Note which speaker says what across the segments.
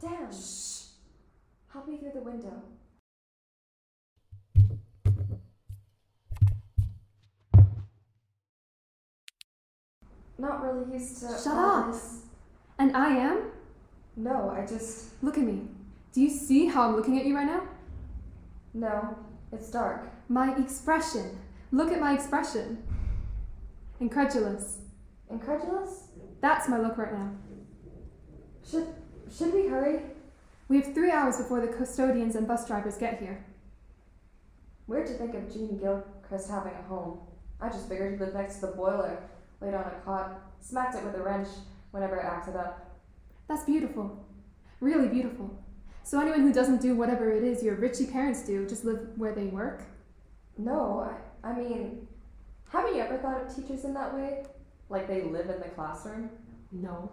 Speaker 1: Down! Shh! Help me through the window. Not really used to.
Speaker 2: Shut
Speaker 1: all
Speaker 2: up.
Speaker 1: this.
Speaker 2: And I am?
Speaker 1: No, I just.
Speaker 2: Look at me. Do you see how I'm looking at you right now?
Speaker 1: No, it's dark.
Speaker 2: My expression. Look at my expression. Incredulous.
Speaker 1: Incredulous?
Speaker 2: That's my look right now.
Speaker 1: Should should we hurry?
Speaker 2: We have three hours before the custodians and bus drivers get here.
Speaker 1: Weird to think of Jean Gilchrist having a home. I just figured he lived next to the boiler, laid on a cot, smacked it with a wrench whenever it acted up.
Speaker 2: That's beautiful. Really beautiful. So, anyone who doesn't do whatever it is your richy parents do, just live where they work?
Speaker 1: No, I, I mean, have you ever thought of teachers in that way? Like they live in the classroom?
Speaker 2: No.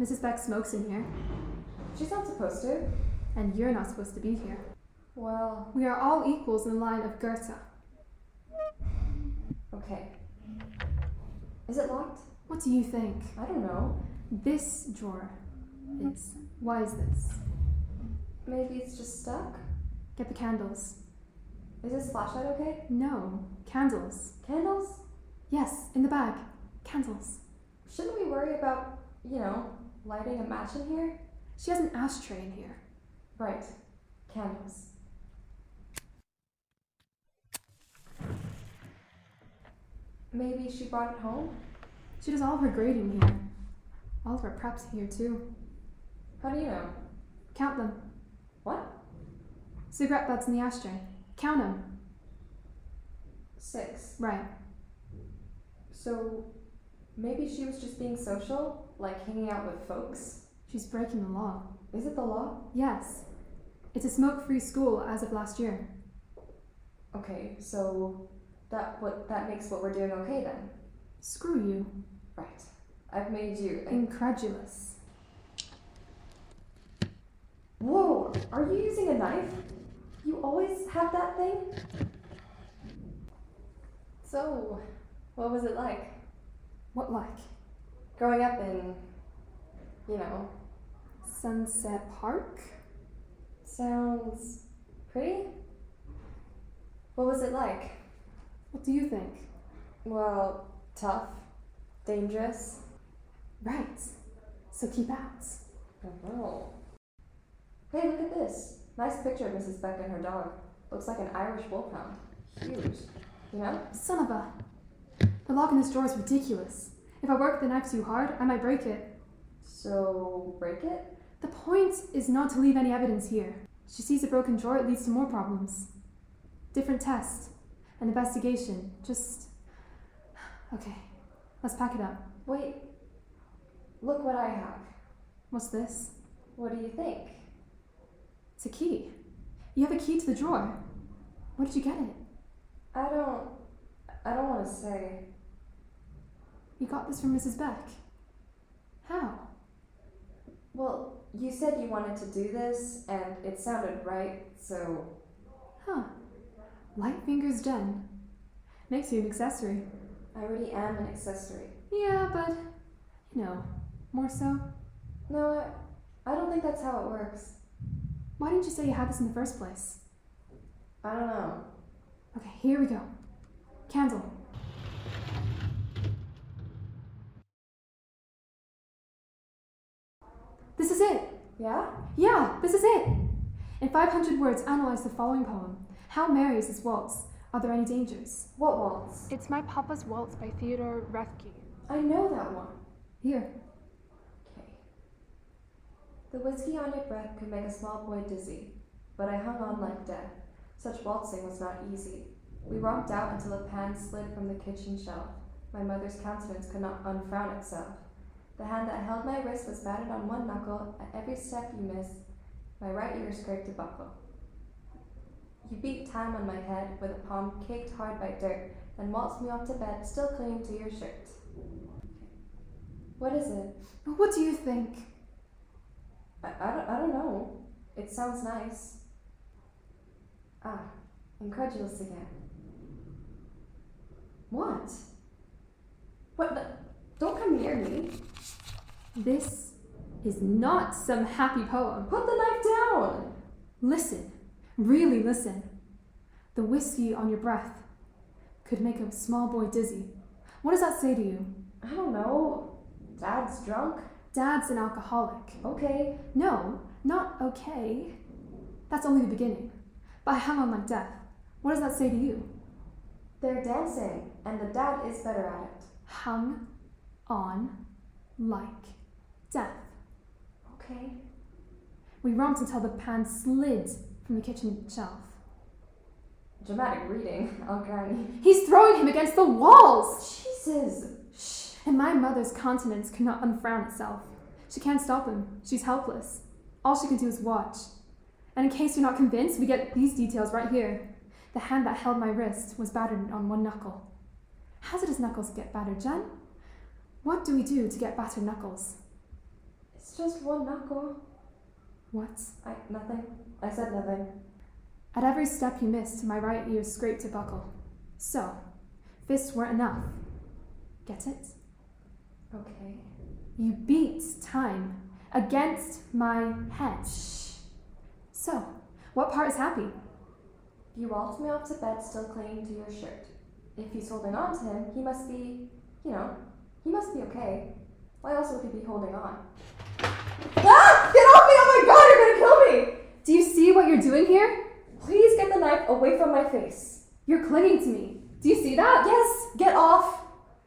Speaker 2: Mrs. Beck smokes in here,
Speaker 1: She's not supposed to.
Speaker 2: and you're not supposed to be here.
Speaker 1: Well,
Speaker 2: We are all equals in the line of Goethe.
Speaker 1: okay. Is it locked?
Speaker 2: What do you think?
Speaker 1: I don't know.
Speaker 2: This drawer is. Why is this?
Speaker 1: Maybe it's just stuck?
Speaker 2: Get the candles.
Speaker 1: Is this flashlight okay?
Speaker 2: No, candles.
Speaker 1: Candles?
Speaker 2: Yes, in the bag. Candles.
Speaker 1: Shouldn't we worry about, you know, lighting a match in here?
Speaker 2: She has an ashtray in here.
Speaker 1: Right. Candles. Maybe she brought it home?
Speaker 2: She does all of her grading here. All of her preps here too.
Speaker 1: How do you know?
Speaker 2: Count them.
Speaker 1: What?
Speaker 2: Cigarette butts in the ashtray. Count them.
Speaker 1: Six.
Speaker 2: Right.
Speaker 1: So maybe she was just being social, like hanging out with folks?
Speaker 2: She's breaking the law.
Speaker 1: Is it the law?
Speaker 2: Yes. It's a smoke-free school as of last year.
Speaker 1: Okay, so that what that makes what we're doing okay then.
Speaker 2: Screw you.
Speaker 1: Right. I've made you.
Speaker 2: Incredulous.
Speaker 1: Whoa! Are you using a knife? You always have that thing. So, what was it like
Speaker 2: What like?
Speaker 1: growing up in, you know,
Speaker 2: Sunset Park?
Speaker 1: sounds pretty? What was it like?
Speaker 2: What do you think?
Speaker 1: Well, tough, dangerous.
Speaker 2: Right. So keep out.
Speaker 1: I don't know. Hey, look at this. Nice picture of Mrs. Beck and her dog. Looks like an Irish wolfhound. Huge. You know?
Speaker 2: Son of a. The lock in this drawer is ridiculous. If I work the knife too hard, I might break it.
Speaker 1: So, break it?
Speaker 2: The point is not to leave any evidence here. She sees a broken drawer, it leads to more problems. Different test. An investigation. Just. Okay. Let's pack it up.
Speaker 1: Wait. Look what I have.
Speaker 2: What's this?
Speaker 1: What do you think?
Speaker 2: It's a key. You have a key to the drawer. Where did you get it?
Speaker 1: I don't. I don't want to say.
Speaker 2: You got this from Mrs. Beck. How?
Speaker 1: Well, you said you wanted to do this, and it sounded right, so.
Speaker 2: Huh. Light fingers Jen. Makes you an accessory.
Speaker 1: I already am an accessory.
Speaker 2: Yeah, but you know, more so.
Speaker 1: No, I, I don't think that's how it works.
Speaker 2: Why didn't you say you had this in the first place?
Speaker 1: I don't know.
Speaker 2: Okay, here we go. Candle. This is it.
Speaker 1: Yeah?
Speaker 2: Yeah, this is it. In 500 words, analyze the following poem. How merry is this waltz? Are there any dangers?
Speaker 1: What waltz?
Speaker 2: It's My Papa's Waltz by Theodore Refke.
Speaker 1: I know that one.
Speaker 2: Here.
Speaker 1: Okay. The whiskey on your breath could make a small boy dizzy, but I hung on like death. Such waltzing was not easy. We romped out until a pan slid from the kitchen shelf. My mother's countenance could not unfrown itself. The hand that held my wrist was battered on one knuckle. At every step you missed, my right ear scraped a buckle. You beat time on my head with a palm caked hard by dirt, then waltzed me off to bed, still clinging to your shirt. What is it?
Speaker 2: What do you think?
Speaker 1: I, I, don't, I don't know. It sounds nice. Ah, incredulous again. What? What? The, don't come near me.
Speaker 2: This is not some happy poem.
Speaker 1: Put the knife down.
Speaker 2: Listen, really listen. The whiskey on your breath could make a small boy dizzy. What does that say to you?
Speaker 1: I don't know. Dad's drunk.
Speaker 2: Dad's an alcoholic.
Speaker 1: Okay.
Speaker 2: No, not okay. That's only the beginning. But I hung on like death. What does that say to you?
Speaker 1: They're dancing, and the dad is better at it.
Speaker 2: Hung on like death.
Speaker 1: Okay.
Speaker 2: We romped until the pan slid from the kitchen shelf.
Speaker 1: Dramatic reading, I'll granny.
Speaker 2: He's throwing him against the walls!
Speaker 1: Jesus.
Speaker 2: Shh. And my mother's countenance could not unfrown itself. She can't stop him. She's helpless. All she can do is watch. And in case you're not convinced, we get these details right here. The hand that held my wrist was battered on one knuckle. How did his knuckles get battered, Jen? What do we do to get battered knuckles?
Speaker 1: It's just one knuckle.
Speaker 2: What?
Speaker 1: I nothing. I said nothing.
Speaker 2: At every step he missed, my right ear scraped a buckle. So, fists weren't enough. Get it?
Speaker 1: Okay.
Speaker 2: You beat time against my head. So, what part is happy?
Speaker 1: You waltzed me off to bed, still clinging to your shirt. If he's holding on to him, he must be, you know, he must be okay. Why else would he be holding on? Ah! Get off me! Oh my god, you're gonna kill me!
Speaker 2: Do you see what you're doing here?
Speaker 1: Please get the knife away from my face.
Speaker 2: You're clinging to me. Do you see that?
Speaker 1: Yes, get off.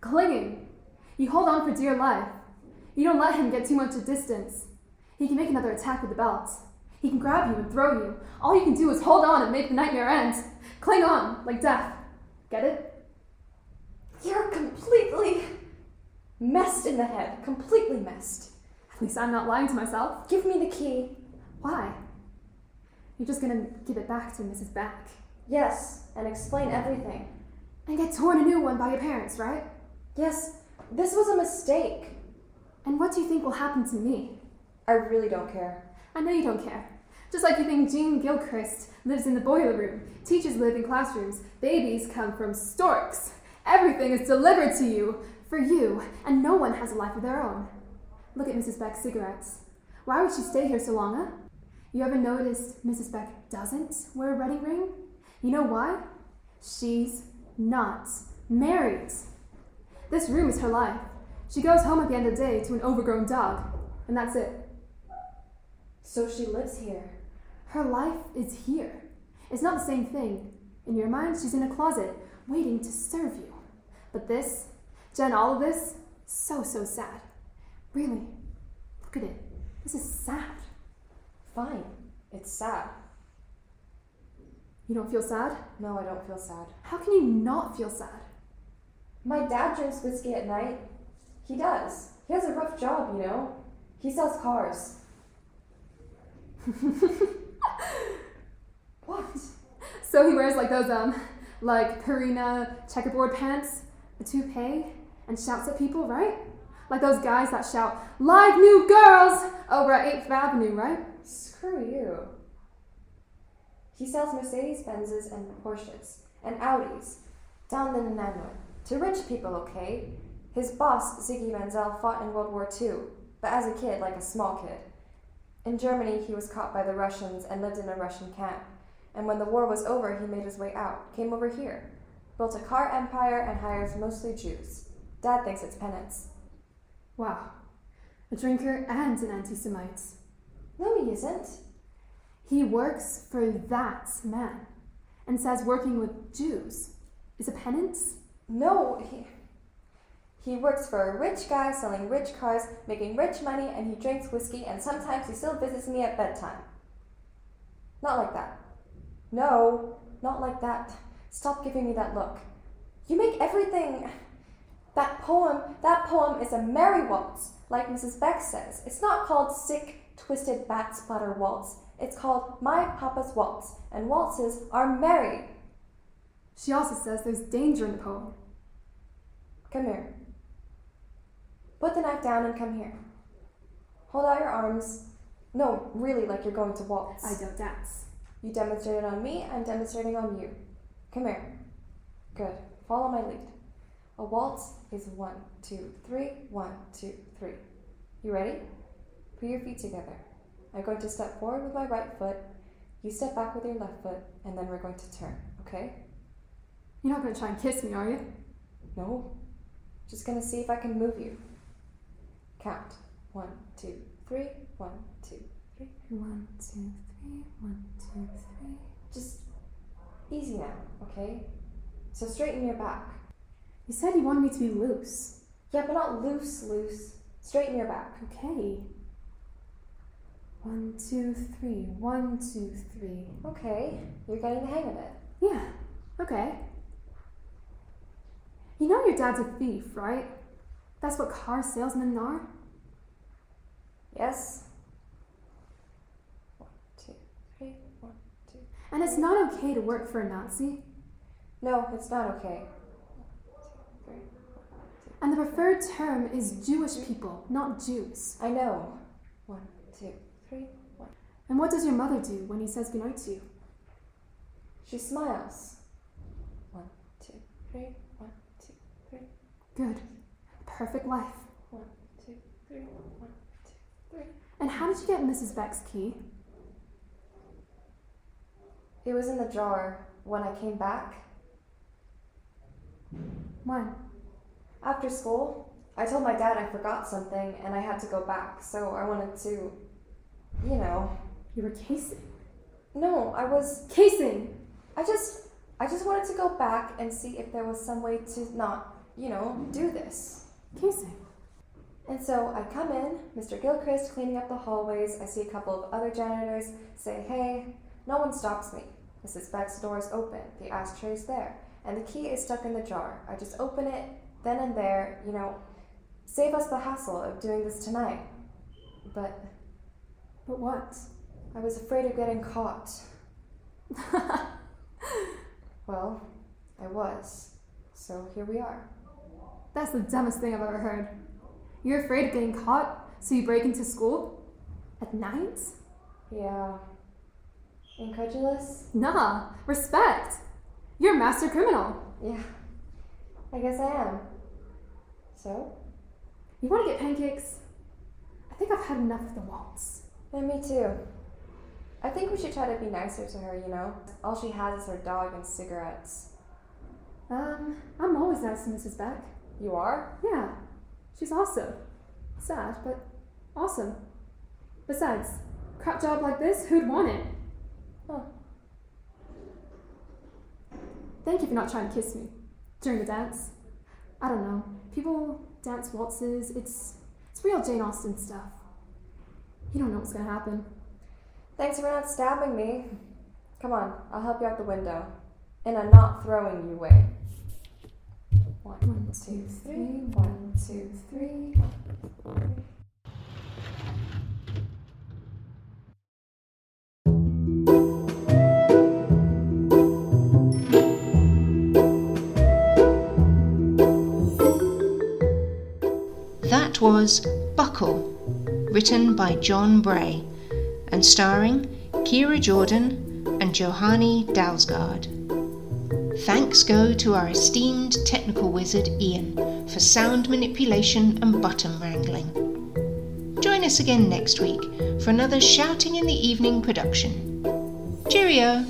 Speaker 2: Clinging. You hold on for dear life. You don't let him get too much a distance. He can make another attack with the belt. He can grab you and throw you. All you can do is hold on and make the nightmare end. Cling on, like death. Get it?
Speaker 1: You're completely messed in the head. Completely messed.
Speaker 2: At least I'm not lying to myself.
Speaker 1: Give me the key.
Speaker 2: Why? You're just gonna give it back to Mrs. Back
Speaker 1: Yes, and explain everything.
Speaker 2: and get torn a new one by your parents, right?
Speaker 1: Yes, this was a mistake.
Speaker 2: And what do you think will happen to me?
Speaker 1: I really don't care.
Speaker 2: I know you don't care. Just like you think Jean Gilchrist lives in the boiler room, teachers live in classrooms, babies come from storks. Everything is delivered to you, for you, and no one has a life of their own. Look at Mrs. Beck's cigarettes. Why would she stay here so long, huh? You ever noticed Mrs. Beck doesn't wear a wedding ring? You know why? She's not married. This room is her life. She goes home at the end of the day to an overgrown dog, and that's it.
Speaker 1: So she lives here.
Speaker 2: Her life is here. It's not the same thing. In your mind, she's in a closet, waiting to serve you. But this, Jen, all of this, so, so sad. Really, look at it. This is sad.
Speaker 1: Fine. It's sad.
Speaker 2: You don't feel sad?
Speaker 1: No, I don't feel sad.
Speaker 2: How can you not feel sad?
Speaker 1: My dad drinks whiskey at night. He does. He has a rough job, you know. He sells cars. what?
Speaker 2: So he wears like those, um, like Purina checkerboard pants, a toupee, and shouts at people, right? Like those guys that shout, Live New Girls! over at 8th Avenue, right?
Speaker 1: Screw you. He sells Mercedes Benzes and Porsches and Audis down the Nanaimo to rich people, okay? His boss, Ziggy Manzel, fought in World War II, but as a kid, like a small kid. In Germany, he was caught by the Russians and lived in a Russian camp. And when the war was over, he made his way out, came over here, built a car empire, and hires mostly Jews. Dad thinks it's penance.
Speaker 2: Wow. A drinker and an anti Semite.
Speaker 1: No, he isn't.
Speaker 2: He works for that man and says working with Jews is a penance?
Speaker 1: No, he he works for a rich guy selling rich cars, making rich money, and he drinks whiskey, and sometimes he still visits me at bedtime. Not like that. No, not like that. Stop giving me that look. You make everything. That poem, that poem is a merry waltz, like Mrs. Beck says. It's not called sick, twisted bat splatter waltz. It's called My Papa's Waltz, and waltzes are merry.
Speaker 2: She also says there's danger in the poem.
Speaker 1: Come here. Put the knife down and come here. Hold out your arms. No, really, like you're going to waltz.
Speaker 2: I don't dance.
Speaker 1: You demonstrated on me, I'm demonstrating on you. Come here. Good. Follow my lead. A waltz is one, two, three, one, two, three. You ready? Put your feet together. I'm going to step forward with my right foot, you step back with your left foot, and then we're going to turn, okay?
Speaker 2: You're not going to try and kiss me, are you?
Speaker 1: No. Just gonna see if I can move you. Count. One, two, three, one, two.
Speaker 2: One, two, three, one, two, three.
Speaker 1: Just easy now, okay? So straighten your back.
Speaker 2: You said you wanted me to be loose.
Speaker 1: Yeah, but not loose, loose. Straighten your back.
Speaker 2: Okay. One, two, three. One, two, three.
Speaker 1: Okay, you're getting the hang of it.
Speaker 2: Yeah, okay. You know your dad's a thief, right? That's what car salesmen are.
Speaker 1: Yes? One, two, three, one, two.
Speaker 2: And it's not okay to work for a Nazi.
Speaker 1: No, it's not okay. Three.
Speaker 2: And the preferred term is Jewish people, not Jews.
Speaker 1: I know. One, two, three, one.
Speaker 2: And what does your mother do when he says goodnight to you?
Speaker 1: She smiles. One, two, three, one, two, three,
Speaker 2: Good. Perfect life.
Speaker 1: one, two, three, one, two, three.
Speaker 2: And how did you get Mrs. Beck's key?
Speaker 1: It was in the drawer when I came back.
Speaker 2: When?
Speaker 1: After school, I told my dad I forgot something and I had to go back, so I wanted to, you know.
Speaker 2: You were casing.
Speaker 1: No, I was.
Speaker 2: Casing!
Speaker 1: I just. I just wanted to go back and see if there was some way to not, you know, do this.
Speaker 2: Casing.
Speaker 1: And so I come in, Mr. Gilchrist cleaning up the hallways. I see a couple of other janitors say, hey. No one stops me. Mrs. Beck's door is open, the ashtray's there, and the key is stuck in the jar. I just open it then and there, you know, save us the hassle of doing this tonight. But
Speaker 2: But what?
Speaker 1: I was afraid of getting caught. Well, I was. So here we are.
Speaker 2: That's the dumbest thing I've ever heard. You're afraid of getting caught, so you break into school? At night?
Speaker 1: Yeah. Incredulous?
Speaker 2: Nah, respect. You're a master criminal.
Speaker 1: Yeah. I guess I am. So?
Speaker 2: You want to get pancakes? I think I've had enough of the waltz.
Speaker 1: Yeah, me too. I think we should try to be nicer to her, you know? All she has is her dog and cigarettes.
Speaker 2: Um, I'm always nice to Mrs. Beck.
Speaker 1: You are?
Speaker 2: Yeah, she's awesome. Sad, but awesome. Besides, crap job like this, who'd want it?
Speaker 1: Huh.
Speaker 2: Thank you for not trying to kiss me during the dance. I don't know. People dance waltzes. It's it's real Jane Austen stuff. You don't know what's gonna happen.
Speaker 1: Thanks for not stabbing me. Come on, I'll help you out the window. In a not throwing you way. One, two, three, one, two, three.
Speaker 3: That was Buckle, written by John Bray and starring Kira Jordan and Johanny Dalsgaard. Thanks go to our esteemed technical wizard Ian for sound manipulation and button wrangling. Join us again next week for another Shouting in the Evening production. Cheerio!